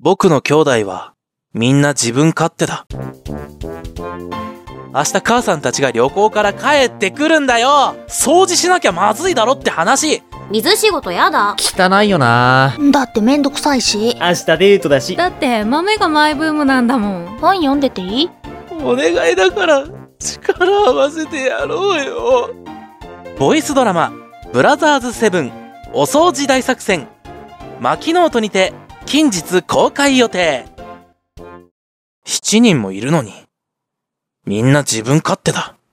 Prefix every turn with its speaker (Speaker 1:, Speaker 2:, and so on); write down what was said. Speaker 1: 僕の兄弟は、みんな自分勝手だ。明日母さんたちが旅行から帰ってくるんだよ掃除しなきゃまずいだろって話
Speaker 2: 水仕事やだ。
Speaker 3: 汚いよな
Speaker 4: だってめんどくさいし。
Speaker 5: 明日デートだし
Speaker 6: だって豆がマイブームなんだもん
Speaker 4: 本読んでていい
Speaker 1: お願いだから、力合わせてやろうよボイスドラマ、ブラザーズセブン、お掃除大作戦、巻ノートにて、近日公開予定。7人もいるのに、みんな自分勝手だ。